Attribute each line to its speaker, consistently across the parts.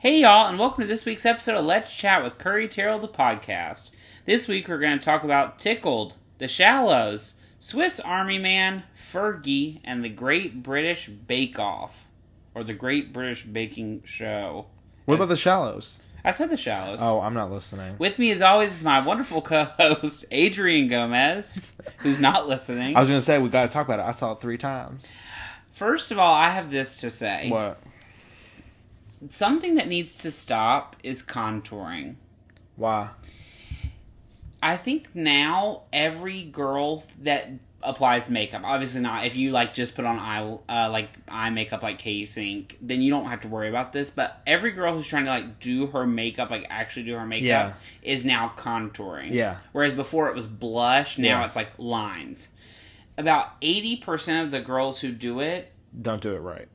Speaker 1: Hey, y'all, and welcome to this week's episode of Let's Chat with Curry Terrell, the podcast. This week we're going to talk about Tickled, The Shallows, Swiss Army Man, Fergie, and The Great British Bake Off, or The Great British Baking Show.
Speaker 2: What about the shallows?
Speaker 1: I said The Shallows.
Speaker 2: Oh, I'm not listening.
Speaker 1: With me, as always, is my wonderful co host, Adrian Gomez, who's not listening.
Speaker 2: I was gonna say we gotta talk about it. I saw it three times.
Speaker 1: First of all, I have this to say.
Speaker 2: What?
Speaker 1: Something that needs to stop is contouring.
Speaker 2: Why?
Speaker 1: I think now every girl that applies makeup, obviously not. If you like just put on eye uh, like eye makeup like Katie Sink, then you don't have to worry about this. But every girl who's trying to like do her makeup, like actually do her makeup, is now contouring.
Speaker 2: Yeah.
Speaker 1: Whereas before it was blush, now
Speaker 2: Yeah.
Speaker 1: it's like lines. About eighty percent of the girls who do it,
Speaker 2: Don't do it right.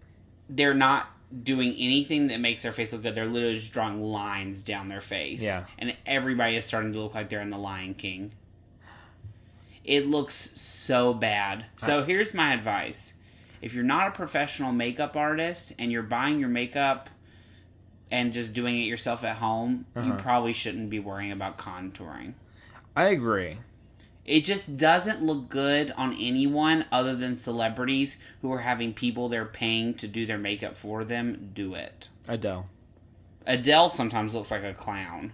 Speaker 1: they're not doing anything that makes their face look good. They're literally just drawing lines down their face.
Speaker 2: Yeah.
Speaker 1: And everybody is starting to look like they're in The Lion King. It looks so bad. So here's my advice. If you're not a professional makeup artist and you're buying your makeup and just doing it yourself at home, you probably shouldn't be worrying about contouring.
Speaker 2: I agree.
Speaker 1: It just doesn't look good on anyone other than celebrities who are having people they're paying to do their makeup for them do it.
Speaker 2: Adele.
Speaker 1: Adele sometimes looks like a clown.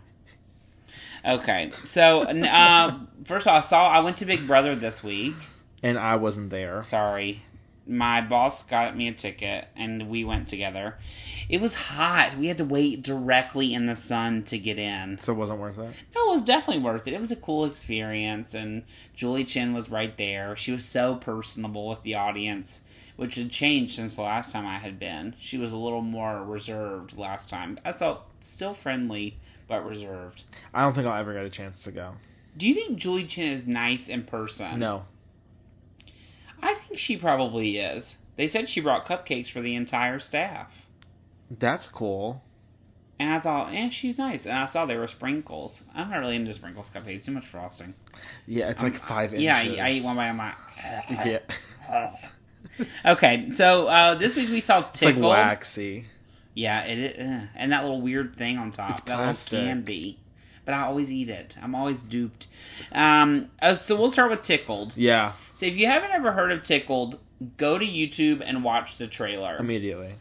Speaker 1: Okay, so n- uh, first of all, I saw I went to Big Brother this week.
Speaker 2: And I wasn't there.
Speaker 1: Sorry, my boss got me a ticket, and we went together. It was hot. We had to wait directly in the sun to get in.
Speaker 2: So it wasn't worth it.
Speaker 1: No, it was definitely worth it. It was a cool experience, and Julie Chen was right there. She was so personable with the audience, which had changed since the last time I had been. She was a little more reserved last time. I felt still friendly, but reserved.
Speaker 2: I don't think I'll ever get a chance to go.
Speaker 1: Do you think Julie Chen is nice in person?
Speaker 2: No.
Speaker 1: I think she probably is. They said she brought cupcakes for the entire staff.
Speaker 2: That's cool.
Speaker 1: And I thought, eh, she's nice. And I saw there were sprinkles. I'm not really into sprinkles cupcakes, too much frosting.
Speaker 2: Um, Yeah, it's like five inches.
Speaker 1: Yeah, I, I eat one by my.
Speaker 2: Yeah.
Speaker 1: Okay, so uh, this week we saw
Speaker 2: It's like
Speaker 1: Tickled.
Speaker 2: waxy.
Speaker 1: Yeah, it, it uh, and that little weird thing on top. that
Speaker 2: plastic.
Speaker 1: little candy. But I always eat it. I'm always duped. Um, uh, so we'll start with Tickled.
Speaker 2: Yeah.
Speaker 1: So if you haven't ever heard of Tickled, go to YouTube and watch the trailer.
Speaker 2: Immediately.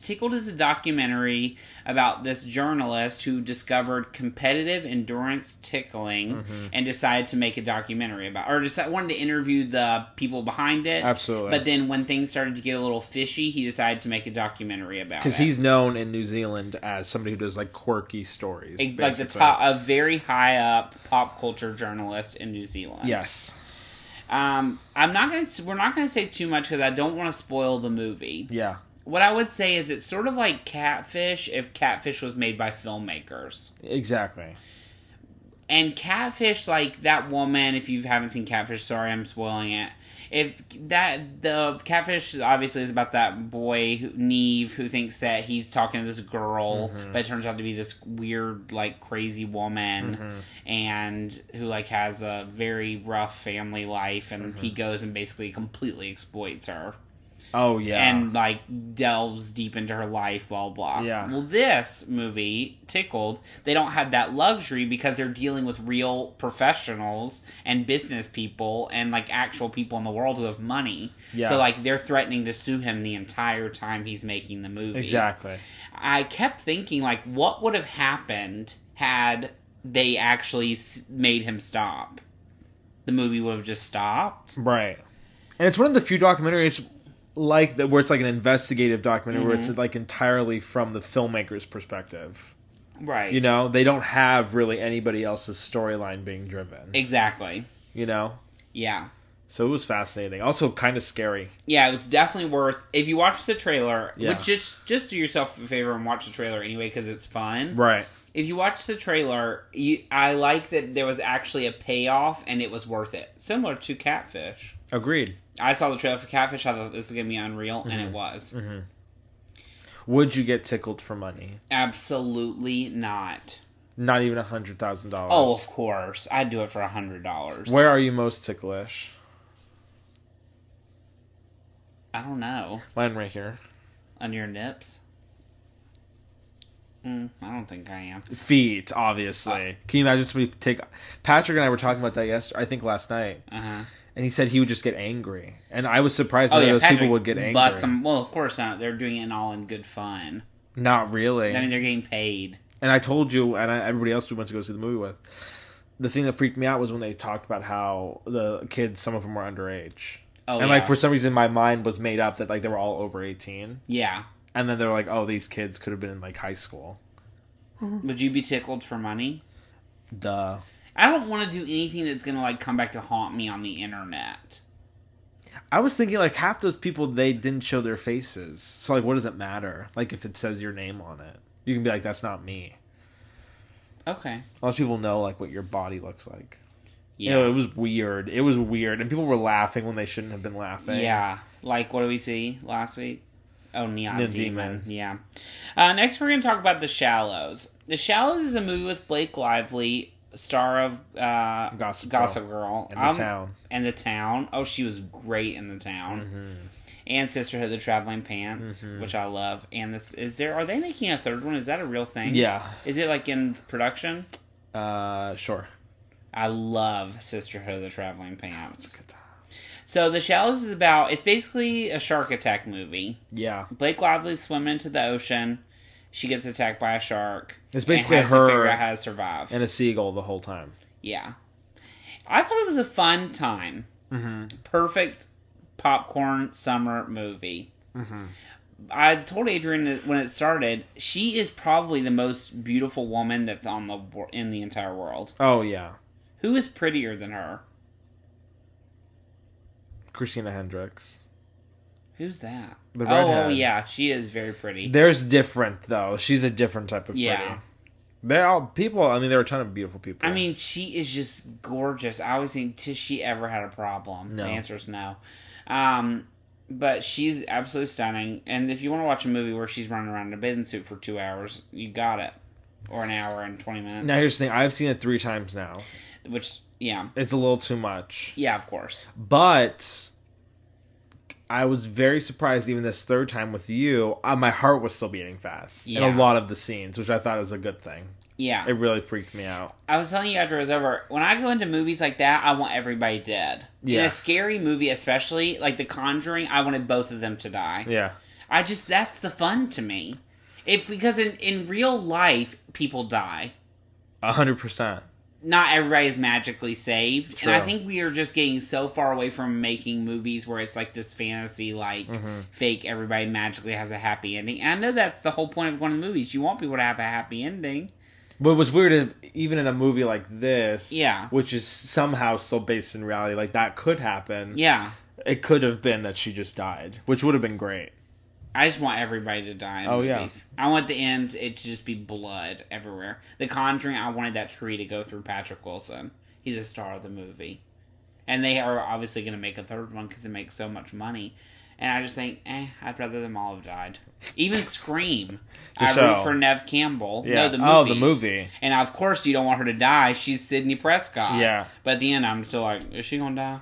Speaker 1: Tickled is a documentary about this journalist who discovered competitive endurance tickling
Speaker 2: Mm-hmm.
Speaker 1: and decided to make a documentary about, or decided wanted to interview the people behind it.
Speaker 2: Absolutely.
Speaker 1: But then when things started to get a little fishy, he decided to make a documentary about it.
Speaker 2: Because he's known in New Zealand as somebody who does like quirky stories.
Speaker 1: He's like the
Speaker 2: basically.
Speaker 1: top, a very high up pop culture journalist in New Zealand.
Speaker 2: Yes.
Speaker 1: Um, I'm not going to. We're not going to say too much because I don't want to spoil the movie.
Speaker 2: Yeah.
Speaker 1: What I would say is it's sort of like Catfish if Catfish was made by filmmakers.
Speaker 2: Exactly.
Speaker 1: And Catfish, like that woman, if you haven't seen Catfish, sorry, I'm spoiling it. If that the Catfish obviously is about that boy who, Neve who thinks that he's talking to this girl, but it turns out to be this weird, like crazy woman, and who like has a very rough family life, and he goes and basically completely exploits her
Speaker 2: Oh yeah.
Speaker 1: and like delves deep into her life, blah blah.
Speaker 2: Yeah.
Speaker 1: Well, this movie, Tickled, they don't have that luxury because they're dealing with real professionals and business people and like actual people in the world who have money.
Speaker 2: Yeah.
Speaker 1: So like they're threatening to sue him the entire time he's making the movie.
Speaker 2: exactly.
Speaker 1: I kept thinking like, what would have happened had they actually s- made him stop? The movie would have just stopped.
Speaker 2: Right. And it's one of the few documentaries like that where it's like an investigative documentary where it's like entirely from the filmmaker's perspective.
Speaker 1: Right.
Speaker 2: You know, they don't have really anybody else's storyline being driven.
Speaker 1: Exactly.
Speaker 2: You know?
Speaker 1: Yeah.
Speaker 2: So it was fascinating. Also kind of scary.
Speaker 1: yeah, it was definitely worth. If you watch the trailer,
Speaker 2: Yeah.
Speaker 1: which just just do yourself a favor and watch the trailer anyway because it's fun.
Speaker 2: Right.
Speaker 1: If you watch the trailer, you I like that there was actually a payoff and it was worth it. Similar to Catfish,
Speaker 2: Agreed.
Speaker 1: I saw the trailer for Catfish. I thought this is gonna be unreal, and
Speaker 2: Mm-hmm.
Speaker 1: it was
Speaker 2: Would you get tickled for money?
Speaker 1: absolutely not.
Speaker 2: Not even a hundred thousand dollars.
Speaker 1: Oh, of course, I'd do it for a hundred dollars.
Speaker 2: Where are you most ticklish?
Speaker 1: I don't know
Speaker 2: Mine right here.
Speaker 1: under your nips. Mm, I don't think I am.
Speaker 2: Feet, obviously. Can you imagine somebody take? Patrick and I were talking about that yesterday. I think last night,
Speaker 1: Uh huh.
Speaker 2: and he said he would just get angry, and I was surprised
Speaker 1: Oh
Speaker 2: that
Speaker 1: yeah,
Speaker 2: those
Speaker 1: Patrick
Speaker 2: people would get angry.
Speaker 1: busts them- Well, of course not. They're doing it all in good fun.
Speaker 2: Not really.
Speaker 1: I mean, they're getting paid.
Speaker 2: and I told you, and I, everybody else we went to go see the movie with. The thing that freaked me out was when they talked about how the kids, some of them were underage,
Speaker 1: Oh,
Speaker 2: and
Speaker 1: yeah.
Speaker 2: like for some reason, my mind was made up that like they were all over eighteen,
Speaker 1: Yeah.
Speaker 2: and then they were like, oh, these kids could have been in like high school.
Speaker 1: Would you be tickled for money?
Speaker 2: Duh.
Speaker 1: I don't want to do anything that's gonna like come back to haunt me on the internet.
Speaker 2: I was thinking like half those people they didn't show their faces. So like what does it matter? Like if it says your name on it. You can be like that's not me.
Speaker 1: Okay.
Speaker 2: Unless people know like what your body looks like.
Speaker 1: Yeah.
Speaker 2: You know, it was weird. It was weird and people were laughing when they shouldn't have been laughing.
Speaker 1: Yeah. Like, what did we see last week? Oh, Neon,
Speaker 2: Neon
Speaker 1: Demon.
Speaker 2: Demon.
Speaker 1: Yeah. Uh, next, we're going to talk about The Shallows. The Shallows is a movie with Blake Lively, star of uh,
Speaker 2: Gossip Girl.
Speaker 1: Gossip Girl. Um,
Speaker 2: And The Town.
Speaker 1: And The Town. Oh, she was great in The Town.
Speaker 2: Mm-hmm.
Speaker 1: And Sisterhood of the Traveling Pants, which I love. And this is there. Are they making a third one? Is that a real thing?
Speaker 2: Yeah.
Speaker 1: Is it like in production?
Speaker 2: Uh sure.
Speaker 1: I love Sisterhood of the Traveling Pants.
Speaker 2: Good time.
Speaker 1: So The Shallows is about. It's basically a shark attack movie.
Speaker 2: Yeah.
Speaker 1: Blake Lively's swimming into the ocean. She gets attacked by a shark.
Speaker 2: It's basically
Speaker 1: and has
Speaker 2: her-
Speaker 1: to figure out how to survive.
Speaker 2: And a seagull the whole time.
Speaker 1: yeah, I thought it was a fun time. Mm-hmm. Perfect popcorn summer movie. Mm-hmm. I told Adrian that when it started, she is probably the most beautiful woman that's on the wor- in the entire world.
Speaker 2: Oh yeah.
Speaker 1: Who is prettier than her?
Speaker 2: Christina Hendricks.
Speaker 1: Who's that?
Speaker 2: The
Speaker 1: oh, oh
Speaker 2: redhead.
Speaker 1: yeah, she is very pretty.
Speaker 2: There's different though. She's a different type of
Speaker 1: Yeah.
Speaker 2: pretty. They're all people I mean there are a ton of beautiful people.
Speaker 1: I mean, she is just gorgeous. I always think, has she ever had a problem?
Speaker 2: No.
Speaker 1: The answer is no. Um, but she's absolutely stunning. And if you want to watch a movie where she's running around in a bathing suit for two hours, you got it. Or an hour and 20 minutes.
Speaker 2: now here's the thing, I've seen it three times now.
Speaker 1: Which, yeah.
Speaker 2: It's a little too much.
Speaker 1: Yeah, of course.
Speaker 2: But I was very surprised, even this third time with you, uh, my heart was still beating fast in
Speaker 1: Yeah.
Speaker 2: a lot of the scenes, which I thought was a good thing.
Speaker 1: Yeah.
Speaker 2: It really freaked me out.
Speaker 1: I was telling you after it was over, when I go into movies like that, I want everybody dead. In
Speaker 2: Yeah.
Speaker 1: a scary movie, especially, like The Conjuring, I wanted both of them to die.
Speaker 2: Yeah.
Speaker 1: I just that's the fun to me. If because in in real life people die,
Speaker 2: A 100%.
Speaker 1: not everybody is magically saved, and I
Speaker 2: True.
Speaker 1: think we are just getting so far away from making movies where it's like this fantasy, like fake everybody magically has a happy ending. And I know that's the whole point of going to the movies. You want people to have a happy ending.
Speaker 2: What was weird, if, even in a movie like this,
Speaker 1: Yeah.
Speaker 2: which is somehow still based in reality, like that could happen.
Speaker 1: Yeah,
Speaker 2: It could have been that she just died, which would have been great.
Speaker 1: I just want everybody to die. In
Speaker 2: Oh, yeah.
Speaker 1: movies. I want the end. It to just be blood everywhere. The Conjuring. I wanted that tree to go through Patrick Wilson. He's a star of the movie, and they are obviously going to make a third one because it makes so much money. And I just think, eh, I'd rather them all have died. Even Scream. I root
Speaker 2: show.
Speaker 1: for Nev Campbell.
Speaker 2: Yeah.
Speaker 1: No, the
Speaker 2: Oh, the
Speaker 1: movies.
Speaker 2: movie.
Speaker 1: And of course, you don't want her to die. She's Sidney Prescott.
Speaker 2: Yeah.
Speaker 1: But at the end, I'm still like, is she gonna die?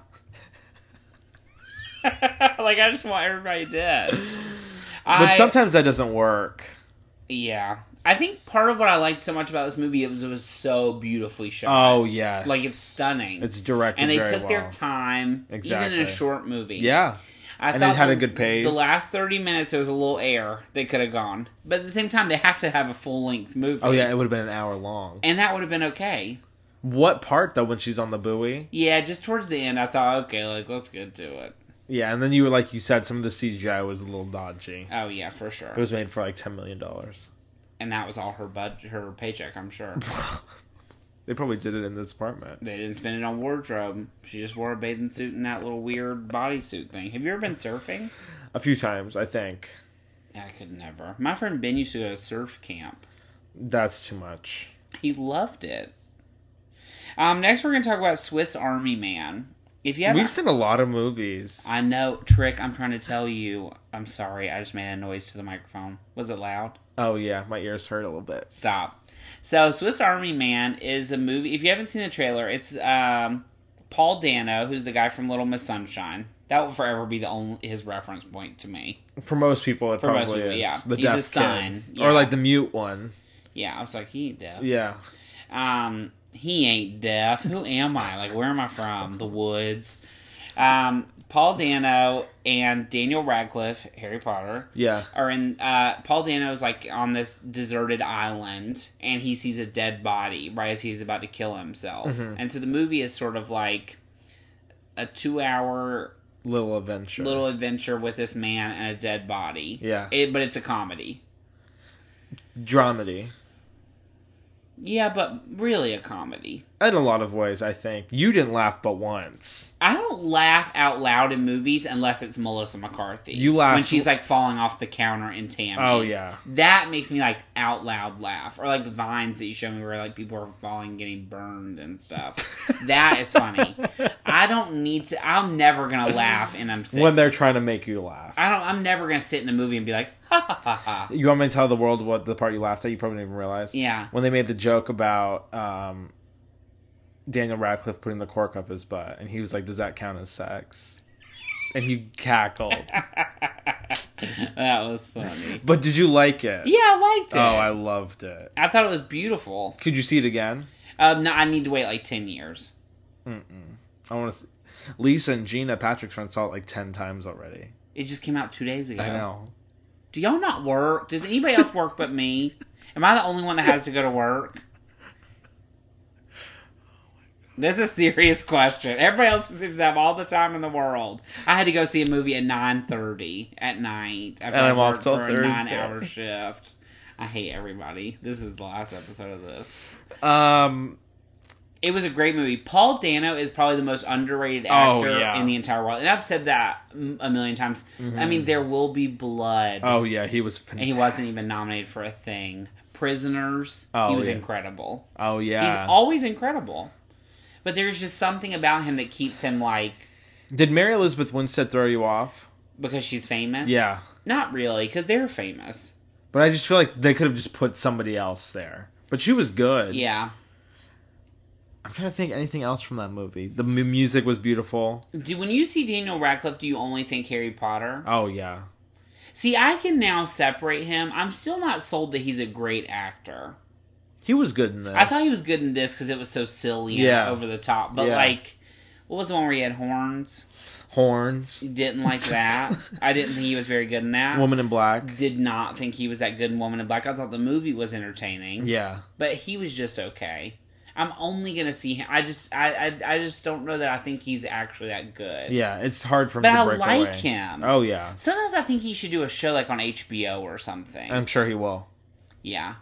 Speaker 1: like I just want everybody dead.
Speaker 2: But
Speaker 1: I-
Speaker 2: sometimes that doesn't work.
Speaker 1: yeah, I think part of what I liked so much about this movie it was it was so beautifully shot.
Speaker 2: Oh, yes.
Speaker 1: like it's stunning.
Speaker 2: It's directed
Speaker 1: and they
Speaker 2: very
Speaker 1: took their
Speaker 2: well.
Speaker 1: time, even
Speaker 2: Exactly.
Speaker 1: in a short movie.
Speaker 2: Yeah.
Speaker 1: I
Speaker 2: And it
Speaker 1: thought
Speaker 2: had
Speaker 1: the-
Speaker 2: a good pace.
Speaker 1: The last thirty minutes, there was a little air they could have gone, but at the same time, they have to have a full length movie.
Speaker 2: Oh, yeah, it would have been an hour long.
Speaker 1: and that would have been okay.
Speaker 2: What part though when she's on the buoy?
Speaker 1: Yeah, just towards the end, I thought, okay, like let's get to it.
Speaker 2: Yeah, and then you were like you said some of the CGI was a little dodgy.
Speaker 1: Oh yeah, for sure.
Speaker 2: It was made for like ten million dollars.
Speaker 1: and that was all her budget, her paycheck. I'm sure
Speaker 2: They probably did it in this apartment.
Speaker 1: they didn't spend it on wardrobe. She just wore a bathing suit and that little weird bodysuit thing. Have you ever been surfing?
Speaker 2: A few times, I think.
Speaker 1: Yeah, I could never. My friend Ben used to go to surf camp.
Speaker 2: That's too much.
Speaker 1: He loved it. Um, next we're gonna talk about Swiss Army Man. If you haven't,
Speaker 2: We've seen a lot of movies.
Speaker 1: I know trick. I'm trying to tell you. I'm sorry. I just made a noise to the microphone. Was it loud?
Speaker 2: Oh yeah, my ears hurt a little bit.
Speaker 1: Stop. So Swiss Army Man is a movie. If you haven't seen the trailer, it's um, Paul Dano, who's the guy from Little Miss Sunshine. That will forever be the only his reference point to me.
Speaker 2: For most people,
Speaker 1: most
Speaker 2: it probably
Speaker 1: people,
Speaker 2: is
Speaker 1: yeah.
Speaker 2: the
Speaker 1: He's a
Speaker 2: deaf
Speaker 1: sign,
Speaker 2: kid
Speaker 1: yeah.
Speaker 2: or like the mute one.
Speaker 1: Yeah, I was like, he ain't deaf.
Speaker 2: Yeah.
Speaker 1: Um, he ain't deaf. Who am I? Like, where am I from? The woods. Um, Paul Dano and Daniel Radcliffe, Harry Potter,
Speaker 2: Yeah.
Speaker 1: are in. Uh, Paul Dano is like on this deserted island, and he sees a dead body right as he's about to kill himself. And so the movie is sort of like a two-hour
Speaker 2: Little adventure.
Speaker 1: little adventure with this man and a dead body.
Speaker 2: Yeah.
Speaker 1: It, but it's a comedy.
Speaker 2: dramedy.
Speaker 1: Yeah, but really a comedy.
Speaker 2: In a lot of ways, I think. You didn't laugh but once.
Speaker 1: I don't laugh out loud in movies unless it's Melissa McCarthy.
Speaker 2: You laugh-
Speaker 1: when she's like falling off the counter in Tammy.
Speaker 2: Oh, yeah.
Speaker 1: that makes me like out loud laugh, or like vines that you show me where like people are falling, getting burned and stuff. that is funny. I don't need to. I'm never gonna laugh, and I'm sick.
Speaker 2: When they're trying to make you laugh.
Speaker 1: I don't. I'm never gonna sit in a movie and be like, ha ha ha ha.
Speaker 2: You want me to tell the world what the part you laughed at? You probably didn't even realize.
Speaker 1: Yeah.
Speaker 2: When they made the joke about um, Daniel Radcliffe putting the cork up his butt, and he was like, "Does that count as sex?" And you cackled.
Speaker 1: That was funny.
Speaker 2: but did you like it?
Speaker 1: Yeah, I liked it.
Speaker 2: Oh, I loved it.
Speaker 1: I thought it was beautiful.
Speaker 2: Could you see it again?
Speaker 1: Um, no, I need to wait like ten years.
Speaker 2: I want to. See. Lisa and Gina Patrick's friends saw it like ten times already.
Speaker 1: It just came out two days ago.
Speaker 2: I know.
Speaker 1: Do y'all not work? Does anybody else work but me? Am I the only one that has to go to work? This is a serious question. Everybody else seems to have all the time in the world. I had to go see a movie at nine thirty at night. After
Speaker 2: And I'm
Speaker 1: I
Speaker 2: off
Speaker 1: worked
Speaker 2: till
Speaker 1: for a
Speaker 2: Thursday.
Speaker 1: nine-hour shift. I hate everybody. This is the last episode of this.
Speaker 2: Um,
Speaker 1: It was a great movie. Paul Dano is probably the most underrated
Speaker 2: Oh,
Speaker 1: actor
Speaker 2: yeah. Mm-hmm.
Speaker 1: in the entire world, and I've said that mm, a million times. I mean, there will be blood.
Speaker 2: oh yeah, he was
Speaker 1: And he
Speaker 2: fantastic.
Speaker 1: wasn't even nominated for a thing. Prisoners,
Speaker 2: Oh,
Speaker 1: he was
Speaker 2: yeah.
Speaker 1: incredible.
Speaker 2: oh yeah.
Speaker 1: He's always incredible. But there's just something about him that keeps him like
Speaker 2: Did Mary Elizabeth Winstead throw you off?
Speaker 1: because she's famous.
Speaker 2: Yeah.
Speaker 1: Not really, because they're famous.
Speaker 2: But I just feel like they could have just put somebody else there. But she was good.
Speaker 1: Yeah.
Speaker 2: I'm trying to think anything else from that movie. The mu- music was beautiful.
Speaker 1: Do when you see Daniel Radcliffe, do you only think Harry Potter?
Speaker 2: Oh yeah.
Speaker 1: See, I can now separate him. I'm still not sold that he's a great actor.
Speaker 2: He was good in this.
Speaker 1: I thought he was good in this because it was so silly
Speaker 2: Yeah.
Speaker 1: and over the top. But
Speaker 2: Yeah.
Speaker 1: like, what was the one where he had horns?
Speaker 2: horns.
Speaker 1: Didn't like that. I didn't think he was very good in that.
Speaker 2: Woman in Black.
Speaker 1: did not think he was that good in Woman in Black. I thought the movie was entertaining,
Speaker 2: Yeah.
Speaker 1: but he was just okay. I'm only gonna see him. I just, I, I, I just don't know that I think he's actually that good.
Speaker 2: Yeah, it's hard for him
Speaker 1: But
Speaker 2: to
Speaker 1: I
Speaker 2: break
Speaker 1: like
Speaker 2: away.
Speaker 1: him.
Speaker 2: Oh yeah.
Speaker 1: Sometimes I think he should do a show like on HBO or something.
Speaker 2: I'm sure he will.
Speaker 1: yeah,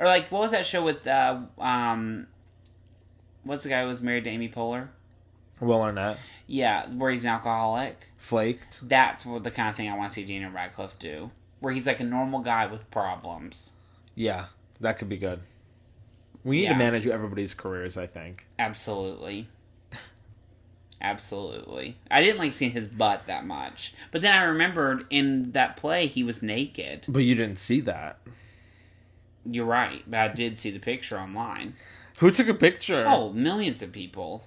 Speaker 1: or like what was that show with uh, um, what's the guy who was married to Amy Poehler?
Speaker 2: Will Arnett.
Speaker 1: Yeah, where he's an alcoholic.
Speaker 2: Flaked.
Speaker 1: That's what the kind of thing I want to see Daniel Radcliffe do, where he's like a normal guy with problems.
Speaker 2: Yeah. That could be good. We need
Speaker 1: Yeah.
Speaker 2: to manage everybody's careers, I think.
Speaker 1: Absolutely. Absolutely. I didn't like seeing his butt that much. But then I remembered in that play he was naked.
Speaker 2: But you didn't see that.
Speaker 1: You're right, but I did see the picture online.
Speaker 2: Who took a picture?
Speaker 1: Oh, millions of people.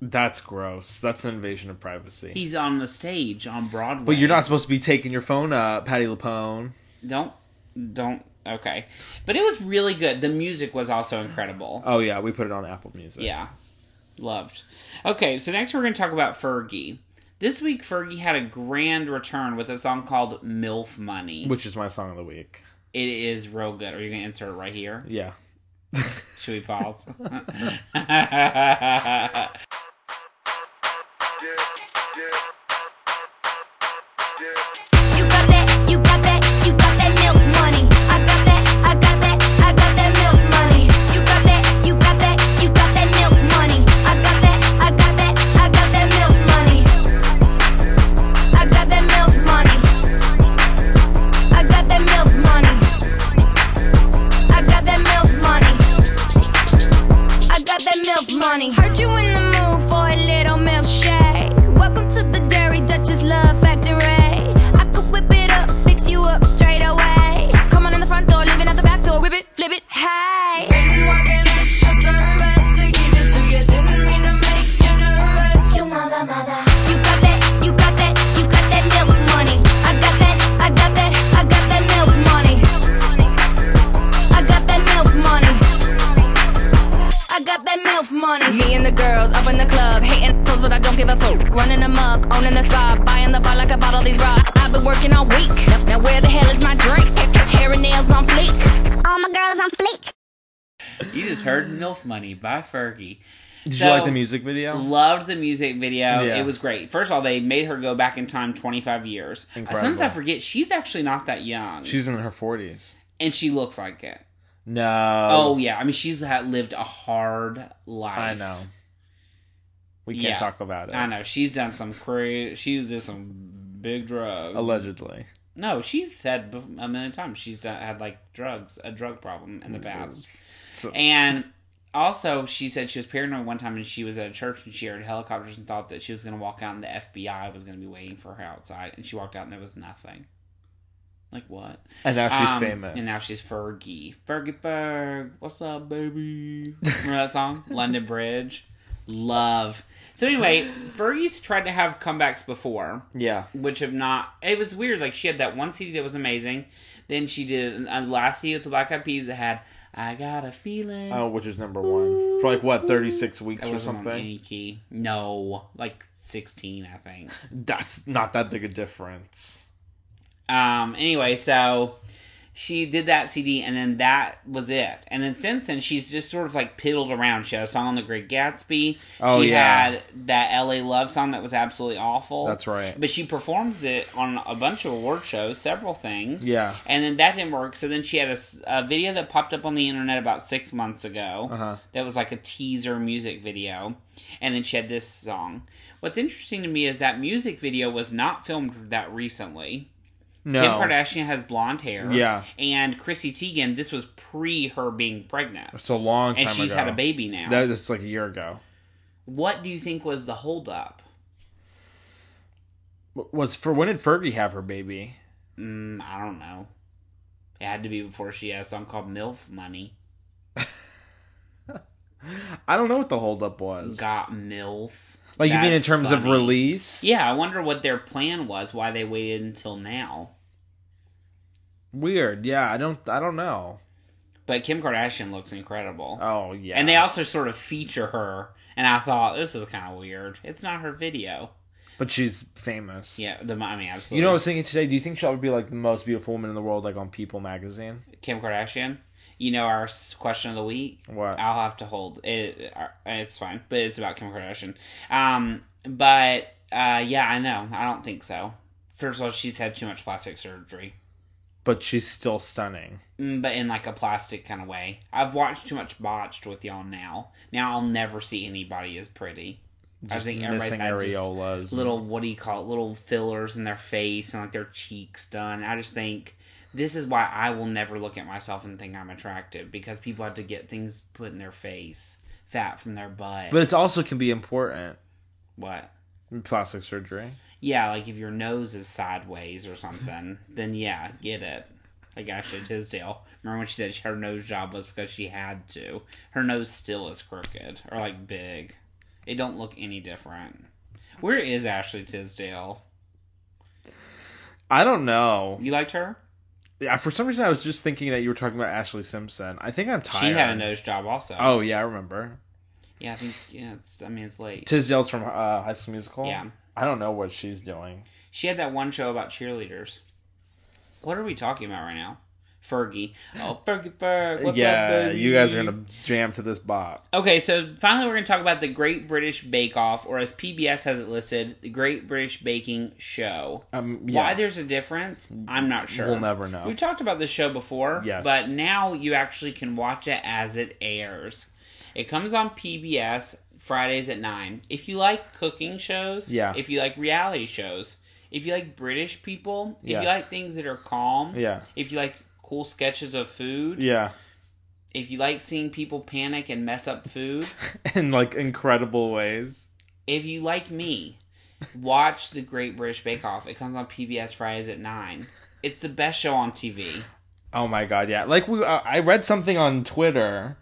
Speaker 2: That's gross. That's an invasion of privacy.
Speaker 1: He's on the stage on Broadway.
Speaker 2: But you're not supposed to be taking your phone up, Patty Lapone.
Speaker 1: don't don't okay. But it was really good. The music was also incredible.
Speaker 2: Oh yeah, we put it on Apple Music.
Speaker 1: Yeah. Loved. Okay, so next we're going to talk about Fergie. This week Fergie had a grand return with a song called MILF Money.
Speaker 2: Which is my song of the week.
Speaker 1: It is real good. Are you gonna insert it right here?
Speaker 2: Yeah.
Speaker 1: Should we pause?
Speaker 3: You got that, you got that, you got that milk money. I got that, I got that, I got that milk money. You got that, you got that, you got that milk money. I got that, I got that, I got that milk money. I got that milk money. I got that milk money. I got that milk money. I got that milk money. Heard you in the mood for a little milkshake. Welcome to the Dairy Duchess Love Factory. I could running amok, owning the spot, buying the bar like I bought all these rocks. I've been working all week. Now where the hell is my drink? Hair and nails on fleek. All my girls on fleek.
Speaker 1: You just heard "Milf Money" by Fergie.
Speaker 2: Did
Speaker 1: So-
Speaker 2: you like the music video?
Speaker 1: Loved the music video.
Speaker 2: Yeah.
Speaker 1: It was great. First of all, they made her go back in time 25 years. Sometimes I
Speaker 2: Incredible.
Speaker 1: forget she's actually not that young,
Speaker 2: She's in her forties.
Speaker 1: and she looks like it.
Speaker 2: No.
Speaker 1: Oh yeah, I mean she's had lived a hard life.
Speaker 2: I know. We can't
Speaker 1: Yeah.
Speaker 2: talk about it.
Speaker 1: I know she's done some crazy. She's did some big drugs.
Speaker 2: Allegedly.
Speaker 1: No, she's said bef- a million times she's done, had like drugs, a drug problem in the past.
Speaker 2: Mm-hmm. So-
Speaker 1: And also, she said she was paranoid one time and she was at a church and she heard helicopters and thought that she was going to walk out and the FBI was going to be waiting for her outside. And she walked out and there was nothing. Like, what?
Speaker 2: And now she's
Speaker 1: Um,
Speaker 2: famous.
Speaker 1: And now she's Fergie. Fergie Ferg. What's up, baby? Remember that song? London Bridge. Love. So, anyway, Fergie's tried to have comebacks before
Speaker 2: Yeah.
Speaker 1: which have not. It was weird. Like she had that one CD that was amazing. Then she did a last CD with the Black Eyed Peas that had "I Got a Feeling."
Speaker 2: Oh, which is number one for like what thirty six weeks
Speaker 1: That
Speaker 2: or
Speaker 1: wasn't on
Speaker 2: something.
Speaker 1: any key. No, like sixteen, I think.
Speaker 2: That's not that big a difference.
Speaker 1: Um. Anyway, so she did that CD, and then that was it. And then since then, she's just sort of like piddled around. She had a song on The Great Gatsby.
Speaker 2: Oh,
Speaker 1: she
Speaker 2: yeah.
Speaker 1: had that L.A. Love song that was absolutely awful.
Speaker 2: That's right.
Speaker 1: But she performed it on a bunch of award shows, several things.
Speaker 2: Yeah.
Speaker 1: And then that didn't work. So then she had a, s- a video that popped up on the internet about six months ago
Speaker 2: Uh-huh.
Speaker 1: that was like a teaser music video. And then she had this song. What's interesting to me is that music video was not filmed that recently.
Speaker 2: No.
Speaker 1: Kim Kardashian has blonde hair.
Speaker 2: Yeah.
Speaker 1: And Chrissy Teigen, this was pre her being pregnant.
Speaker 2: It's a long time
Speaker 1: And she's
Speaker 2: ago.
Speaker 1: had a baby now.
Speaker 2: That was like a year ago.
Speaker 1: what do you think was the holdup?
Speaker 2: W- Was for when did Fergie have her baby?
Speaker 1: Mm, I don't know. It had to be before she had a song called MILF Money.
Speaker 2: I don't know what the holdup was.
Speaker 1: Got MILF.
Speaker 2: like you mean in
Speaker 1: That's
Speaker 2: terms of
Speaker 1: funny.
Speaker 2: release?
Speaker 1: Yeah, I wonder what their plan was, why they waited until now.
Speaker 2: Weird. Yeah. I don't. I don't know.
Speaker 1: But Kim Kardashian looks incredible.
Speaker 2: Oh yeah.
Speaker 1: And they also sort of feature her. And I thought, this is kind of weird. It's not her video.
Speaker 2: But she's famous.
Speaker 1: Yeah, the, I mean, absolutely.
Speaker 2: You know, what I was thinking today. Do you think she'll ever be like the most beautiful woman in the world, like on People magazine?
Speaker 1: Kim Kardashian. You know our s- question of the week.
Speaker 2: What?
Speaker 1: I'll have to hold it. uh, It's fine, but it's about Kim Kardashian. Um, but uh, yeah, I know. I don't think so. First of all, she's had too much plastic surgery,
Speaker 2: But she's still stunning.
Speaker 1: Mm, but in like a plastic kind of way. I've watched too much botched with y'all now. Now I'll never see anybody as pretty. I think everybody's
Speaker 2: Missing
Speaker 1: had just
Speaker 2: areolas.
Speaker 1: little what do you call it? Little fillers in their face and like their cheeks done. I just think this is why I will never look at myself and think I'm attractive because people have to get things put in their face, fat from their butt.
Speaker 2: But it's also can be important.
Speaker 1: what?
Speaker 2: in Plastic surgery.
Speaker 1: Yeah, like if your nose is sideways or something, then yeah, get it. Like Ashley Tisdale. Remember when she said her nose job was because she had to? Her nose still is crooked or like big. It don't look any different. Where is Ashley Tisdale?
Speaker 2: I don't know.
Speaker 1: You liked her?
Speaker 2: Yeah, for some reason, I was just thinking that you were talking about Ashley Simpson. I think I'm tired.
Speaker 1: She had a nose job also.
Speaker 2: Oh yeah, I remember.
Speaker 1: Yeah, I think yeah, it's I mean it's late.
Speaker 2: Tisdale's from uh, High School Musical.
Speaker 1: Yeah.
Speaker 2: I don't know what she's doing.
Speaker 1: She had that one show about cheerleaders. What are we talking about right now? Fergie. Oh, Fergie Ferg. What's up,
Speaker 2: yeah,
Speaker 1: baby?
Speaker 2: you guys are gonna jam to this bop.
Speaker 1: Okay, so finally we're going to talk about the Great British Bake Off, or as PBS has it listed, the Great British Baking Show.
Speaker 2: Um,
Speaker 1: Why
Speaker 2: yeah.
Speaker 1: there's a difference, I'm not sure.
Speaker 2: We'll never know.
Speaker 1: We've talked about this show before,
Speaker 2: Yes.
Speaker 1: but now you actually can watch it as it airs. It comes on PBS Fridays at 9. If you like cooking shows,
Speaker 2: Yeah.
Speaker 1: if you like reality shows, if you like British people, if
Speaker 2: Yeah.
Speaker 1: you like things that are calm,
Speaker 2: Yeah.
Speaker 1: if you like cool sketches of food,
Speaker 2: Yeah,
Speaker 1: if you like seeing people panic and mess up food,
Speaker 2: in like incredible ways.
Speaker 1: if you like me, watch The Great British Bake Off. It comes on PBS Fridays at 9. It's the best show on TV.
Speaker 2: Oh my god, yeah. Like we, uh, I read something on Twitter,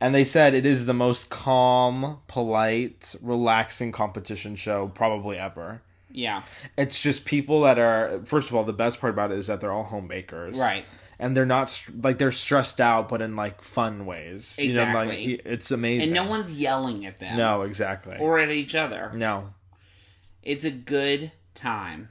Speaker 2: and they said it is the most calm, polite, relaxing competition show probably ever.
Speaker 1: Yeah.
Speaker 2: It's just people that are. First of all, the best part about it is that they're all home bakers,
Speaker 1: Right.
Speaker 2: And they're not str- like they're stressed out, but in like fun ways. like,
Speaker 1: Exactly.
Speaker 2: it's amazing.
Speaker 1: And no one's yelling at them
Speaker 2: No, exactly.
Speaker 1: or at each other.
Speaker 2: no.
Speaker 1: It's a good time.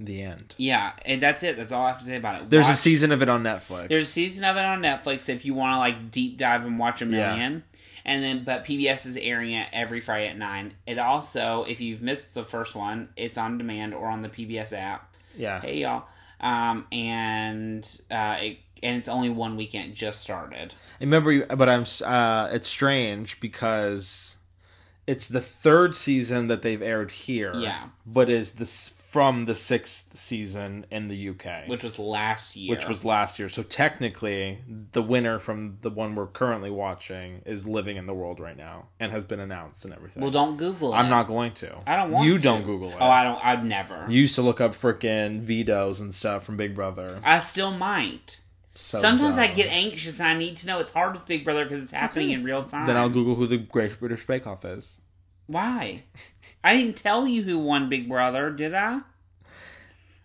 Speaker 2: The end.
Speaker 1: Yeah, and that's it. That's all I have to say about it.
Speaker 2: There's a
Speaker 1: Watch-
Speaker 2: season of it on Netflix.
Speaker 1: There's a season of it on Netflix if you want to like deep dive and watch a
Speaker 2: Yeah.
Speaker 1: million. And then, but PBS is airing it every Friday at nine. It also, if you've missed the first one, it's on demand or on the PBS app.
Speaker 2: yeah.
Speaker 1: Hey y'all, um, and uh, it, and it's only one weekend. It Just started.
Speaker 2: I remember, you, but I'm. s- Uh, it's strange because it's the third season that they've aired here.
Speaker 1: Yeah.
Speaker 2: But is this from the sixth season in the UK,
Speaker 1: which was last year.
Speaker 2: which was last year? So technically, the winner from the one we're currently watching is living in the world right now and has been announced and everything.
Speaker 1: well, don't Google. It.
Speaker 2: I'm not going to.
Speaker 1: I don't want
Speaker 2: you.
Speaker 1: to.
Speaker 2: Don't Google it.
Speaker 1: Oh, I don't. I'd never.
Speaker 2: you used to look up frickin' vetoes and stuff from Big Brother.
Speaker 1: I still might.
Speaker 2: So
Speaker 1: Sometimes I
Speaker 2: dumb.
Speaker 1: get anxious and I need to know. It's hard with Big Brother because it's happening in real time.
Speaker 2: Then I'll Google who the Great British Bake Off is.
Speaker 1: Why? I didn't tell you who won Big Brother, did I?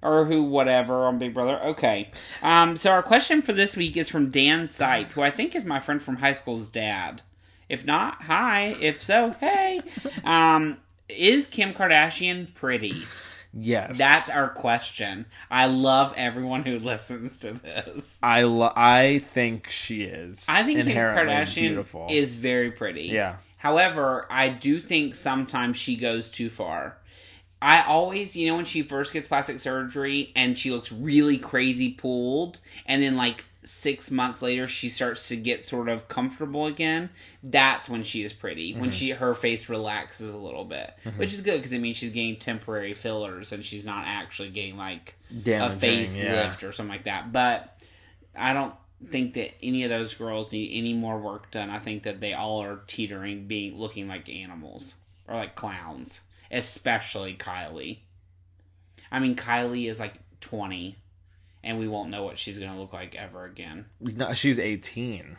Speaker 1: Or who, whatever, on Big Brother. Okay. Um, so our question for this week is from Dan Sipe, who I think is my friend from high school's dad. If not, hi. If so, hey. Um, is Kim Kardashian pretty?
Speaker 2: Yes,
Speaker 1: That's our question. I love everyone who listens to this.
Speaker 2: I lo- I think she is.
Speaker 1: I think Kim
Speaker 2: inherently
Speaker 1: Kardashian
Speaker 2: beautiful.
Speaker 1: is very pretty.
Speaker 2: Yeah.
Speaker 1: However, I do think sometimes she goes too far. I always, you know, when she first gets plastic surgery and she looks really crazy pulled, and then like six months later she starts to get sort of comfortable again. That's when she is pretty.
Speaker 2: Mm-hmm.
Speaker 1: When she her face relaxes a little bit, which is good because it means she's getting temporary fillers and she's not actually getting like a
Speaker 2: Damaging,
Speaker 1: facelift
Speaker 2: yeah.
Speaker 1: or something like that. But I don't think that any of those girls need any more work done. I think that they all are teetering, being looking like animals or like clowns, especially Kylie. I mean, Kylie is like twenty, and we won't know what she's gonna look like ever again.
Speaker 2: No, she's eighteen.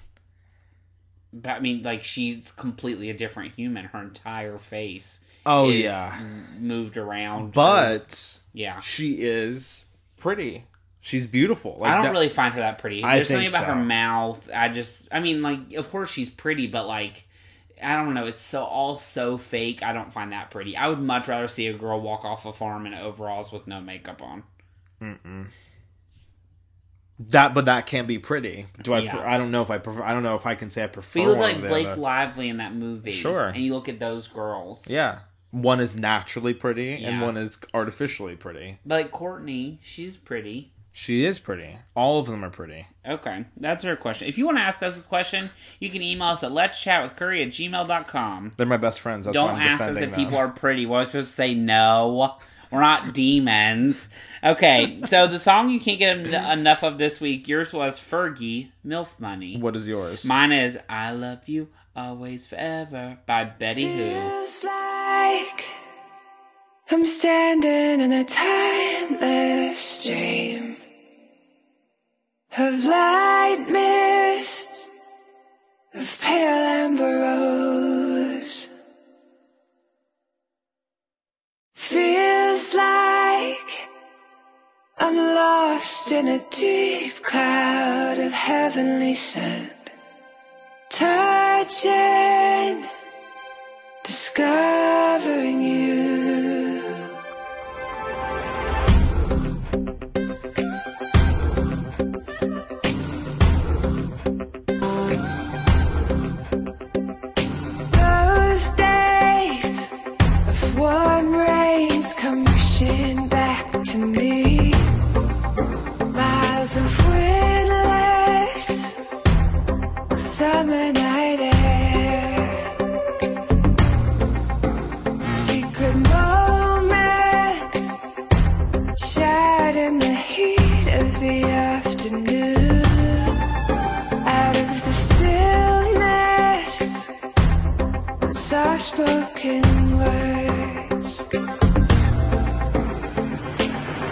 Speaker 1: But I mean, like she's completely a different human. Her entire face.
Speaker 2: Oh
Speaker 1: is
Speaker 2: yeah,
Speaker 1: m- moved around.
Speaker 2: but
Speaker 1: yeah,
Speaker 2: she is pretty. She's beautiful. Like
Speaker 1: I don't
Speaker 2: that-
Speaker 1: really find her that pretty.
Speaker 2: I
Speaker 1: There's
Speaker 2: think
Speaker 1: something about
Speaker 2: so.
Speaker 1: her mouth. I just, I mean, like, of course she's pretty, but like, I don't know. It's so all so fake. I don't find that pretty. I would much rather see a girl walk off a farm in overalls with no makeup on.
Speaker 2: that, but that can be pretty. Do I?
Speaker 1: Yeah.
Speaker 2: pre- I don't know if I prefer. I don't know if I can say I prefer.
Speaker 1: But you look
Speaker 2: one
Speaker 1: like
Speaker 2: or the
Speaker 1: Blake
Speaker 2: other.
Speaker 1: Lively in that movie,
Speaker 2: Sure.
Speaker 1: and you look at those girls.
Speaker 2: Yeah, one is naturally pretty and
Speaker 1: Yeah.
Speaker 2: one is artificially pretty.
Speaker 1: But like Courtney, she's pretty.
Speaker 2: She is pretty. All of them are pretty.
Speaker 1: Okay, that's her question. If you want to ask us a question, you can email us at let's chat with curry at gmail.com.
Speaker 2: They're my best friends. That's
Speaker 1: Don't
Speaker 2: why I'm
Speaker 1: ask us
Speaker 2: defending
Speaker 1: if
Speaker 2: them.
Speaker 1: people are pretty. We're supposed to say no. We're not demons. Okay, so the song you can't get en- enough of this week, yours was Fergie, MILF Money.
Speaker 2: What is yours?
Speaker 1: Mine is I Love You Always Forever by Betty Who.
Speaker 4: Feels like I'm standing in a timeless dream of light mists, of pale amber rose. Feels like I'm lost in a deep cloud of heavenly scent, touching discovering you. Those days of warm rains come rushing back to me. Miles of windless summer night air secret moments shared in the heat of the afternoon out of the stillness soft spoken words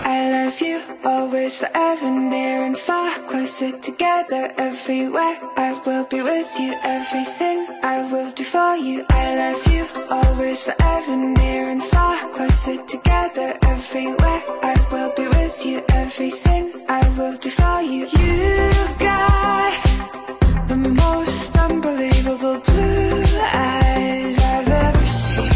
Speaker 4: I love you always forever near and far closer together everywhere I will be with you everything I will do for you I love you always forever near and far closer together everywhere I will be with you everything I will do for you you've got the most unbelievable blue eyes I've ever seen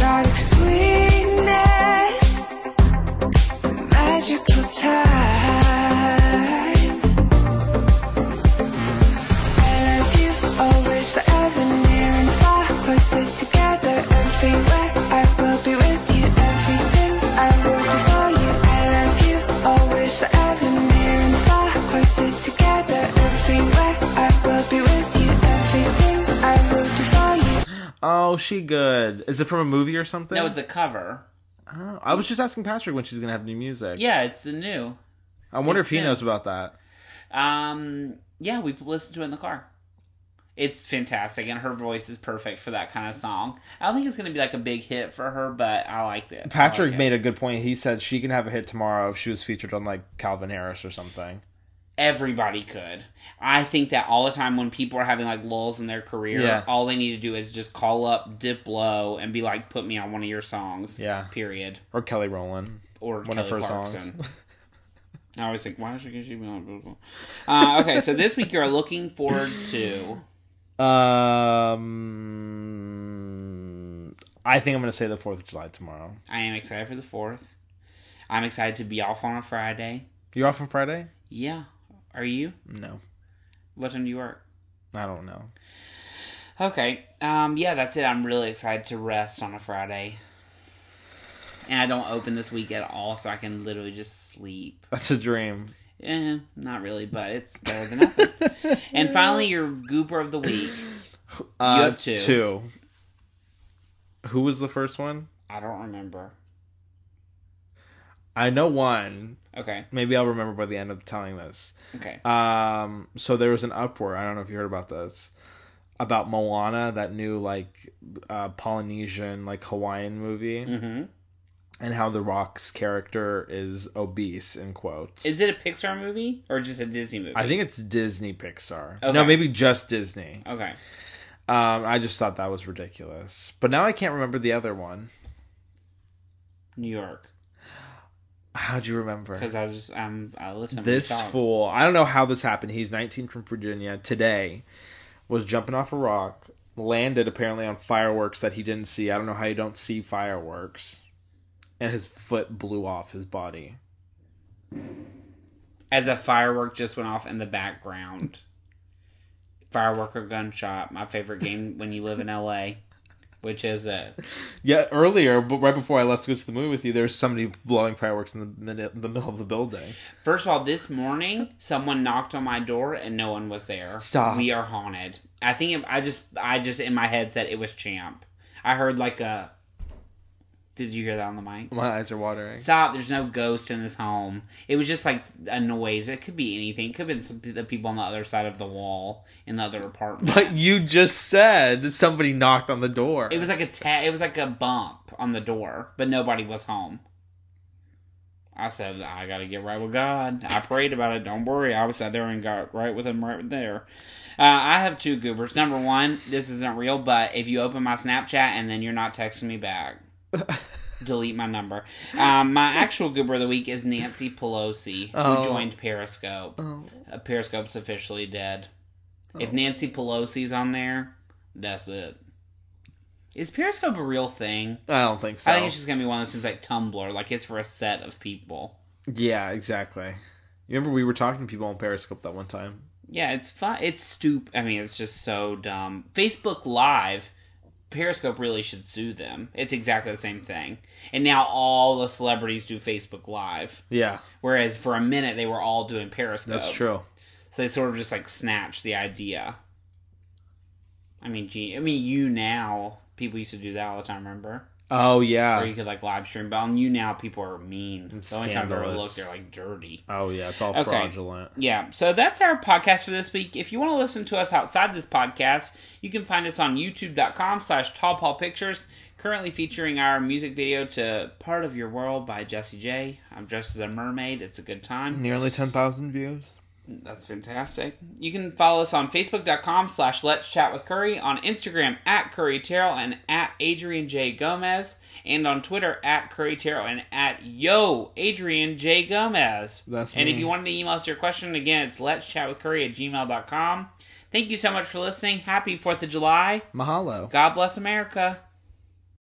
Speaker 4: heart of sweetness, magical time. I love you always, forever, near and far. Closer together, everywhere. I will be with you, everything I will do for you. I love you always, forever, near and far. Closer together, everywhere. I will be with you, everything I will do for you.
Speaker 2: Oh, she good. Is it from a movie or something?
Speaker 1: No, it's a cover.
Speaker 2: Oh, I was just asking Patrick when she's gonna have new music.
Speaker 1: Yeah, it's the new.
Speaker 2: I wonder
Speaker 1: it's
Speaker 2: if he
Speaker 1: him. Oh,
Speaker 2: knows about that.
Speaker 1: Um, yeah, we listened to it in the car. It's fantastic, and her voice is perfect for that kind of song. I don't think it's going to be like a big hit for her, but I liked it.
Speaker 2: Patrick
Speaker 1: I like it.
Speaker 2: made a good point. He said she can have a hit tomorrow if she was featured on like Calvin Harris or something.
Speaker 1: everybody could. I think that all the time when people are having like lulls in their career,
Speaker 2: Yeah.
Speaker 1: all they need to do is just call up Diplo and be like, "Put me on one of your songs."
Speaker 2: Yeah.
Speaker 1: Period.
Speaker 2: Or Kelly Rowland.
Speaker 1: Or
Speaker 2: One
Speaker 1: Kelly
Speaker 2: of her
Speaker 1: Clarkson.
Speaker 2: songs.
Speaker 1: I always think, why should she be on Billboard? Uh, okay, so this week you're looking forward to.
Speaker 2: Um, I think I'm gonna say the Fourth of July tomorrow.
Speaker 1: I am excited for the fourth. I'm excited to be off on a Friday.
Speaker 2: You're off on Friday?
Speaker 1: Yeah. Are you?
Speaker 2: No,
Speaker 1: What time do you work?
Speaker 2: I don't know.
Speaker 1: Okay. Um, yeah, that's it. I'm really excited to rest on a Friday. And I don't open this week at all, so I can literally just sleep.
Speaker 2: That's a dream.
Speaker 1: Eh, not really, but it's better than nothing. and finally, your gooper of the week.
Speaker 2: Uh,
Speaker 1: have two.
Speaker 2: Two. Who was the first one?
Speaker 1: I don't remember.
Speaker 2: I know one.
Speaker 1: Okay.
Speaker 2: Maybe I'll remember by the end of telling this.
Speaker 1: Okay.
Speaker 2: Um, so there was an uproar. I don't know if you heard about this about Moana, that new like uh, Polynesian, like Hawaiian movie,
Speaker 1: hmm
Speaker 2: and how The Rock's character is obese in quotes.
Speaker 1: Is it a Pixar movie or just a Disney movie?
Speaker 2: I think it's Disney Pixar.
Speaker 1: Okay.
Speaker 2: No, maybe just Disney.
Speaker 1: Okay.
Speaker 2: Um, I just thought that was ridiculous. But now I can't remember the other one.
Speaker 1: New York.
Speaker 2: How'd you remember?
Speaker 1: Because I just um I listen.
Speaker 2: this fool i don't know how this happened he's 19 from virginia today was jumping off a rock landed apparently on fireworks that he didn't see i don't know how you don't see fireworks and his foot blew off his body
Speaker 1: as a firework just went off in the background. Firework or gunshot. My favorite game when you live in LA, which is that
Speaker 2: yeah earlier but right before i left to go to the movie with you there was somebody blowing fireworks in the, mid- the middle of the building
Speaker 1: First of all, this morning someone knocked on my door and no one was there.
Speaker 2: Stop.
Speaker 1: We are haunted. I think it, I just I just in my head said it was Champ. I heard like a. Did you hear that on the mic?
Speaker 2: my eyes are watering
Speaker 1: Stop! There's no ghost in this home. It was just like a noise. It could be anything. It could have been some, the people on the other side of the wall in the other apartment.
Speaker 2: but you just said somebody knocked on the door
Speaker 1: It was like a ta- it was like a bump on the door, but nobody was home. I said, I gotta get right with God. I prayed about it. Don't worry. I was out there and got right with him right there. Uh, I have two goobers. Number one, this isn't real, but if you open my Snapchat and then you're not texting me back, delete my number. Um, my actual goober of the week is Nancy Pelosi, who
Speaker 2: Oh.
Speaker 1: joined Periscope. Uh, Periscope's officially dead. If Nancy Pelosi's on there, that's it. Is Periscope a real thing?
Speaker 2: i don't think so
Speaker 1: I think it's just gonna be one of those things like Tumblr, like it's for a set of people.
Speaker 2: yeah exactly you remember we were talking to people on periscope that one time
Speaker 1: Yeah, it's fun. It's stupid. I mean, it's just so dumb. Facebook Live, Periscope really should sue them. It's exactly the same thing. And now all the celebrities do Facebook Live,
Speaker 2: yeah
Speaker 1: whereas for a minute they were all doing Periscope.
Speaker 2: that's true
Speaker 1: So they sort of just like snatched the idea. I mean, gee, I mean, you now people used to do that all the time. Remember?
Speaker 2: Oh
Speaker 1: Or
Speaker 2: yeah.
Speaker 1: you could like live stream, but on you now people are mean. the only time they ever
Speaker 2: Scandalous.
Speaker 1: look, they're like dirty.
Speaker 2: Oh yeah, it's all
Speaker 1: Okay.
Speaker 2: fraudulent.
Speaker 1: Yeah, so that's our podcast for this week. If you want to listen to us outside this podcast, you can find us on youtube.com slash Tall Paul Pictures, currently featuring our music video to Part of Your World by Jesse J. I'm dressed as a mermaid. It's a good time.
Speaker 2: Nearly ten thousand views.
Speaker 1: That's fantastic. You can follow us on Facebook.com slash Let's Chat with Curry, on Instagram at Curry Terrell and at Adrian J. Gomez, and on Twitter at Curry Terrell and at Yo Adrian J. Gomez.
Speaker 2: That's
Speaker 1: and if
Speaker 2: me.
Speaker 1: you wanted to email us your question, again, it's Let's Chat with Curry at gmail.com. Thank you so much for listening. Happy 4th of July.
Speaker 2: Mahalo.
Speaker 1: God bless America.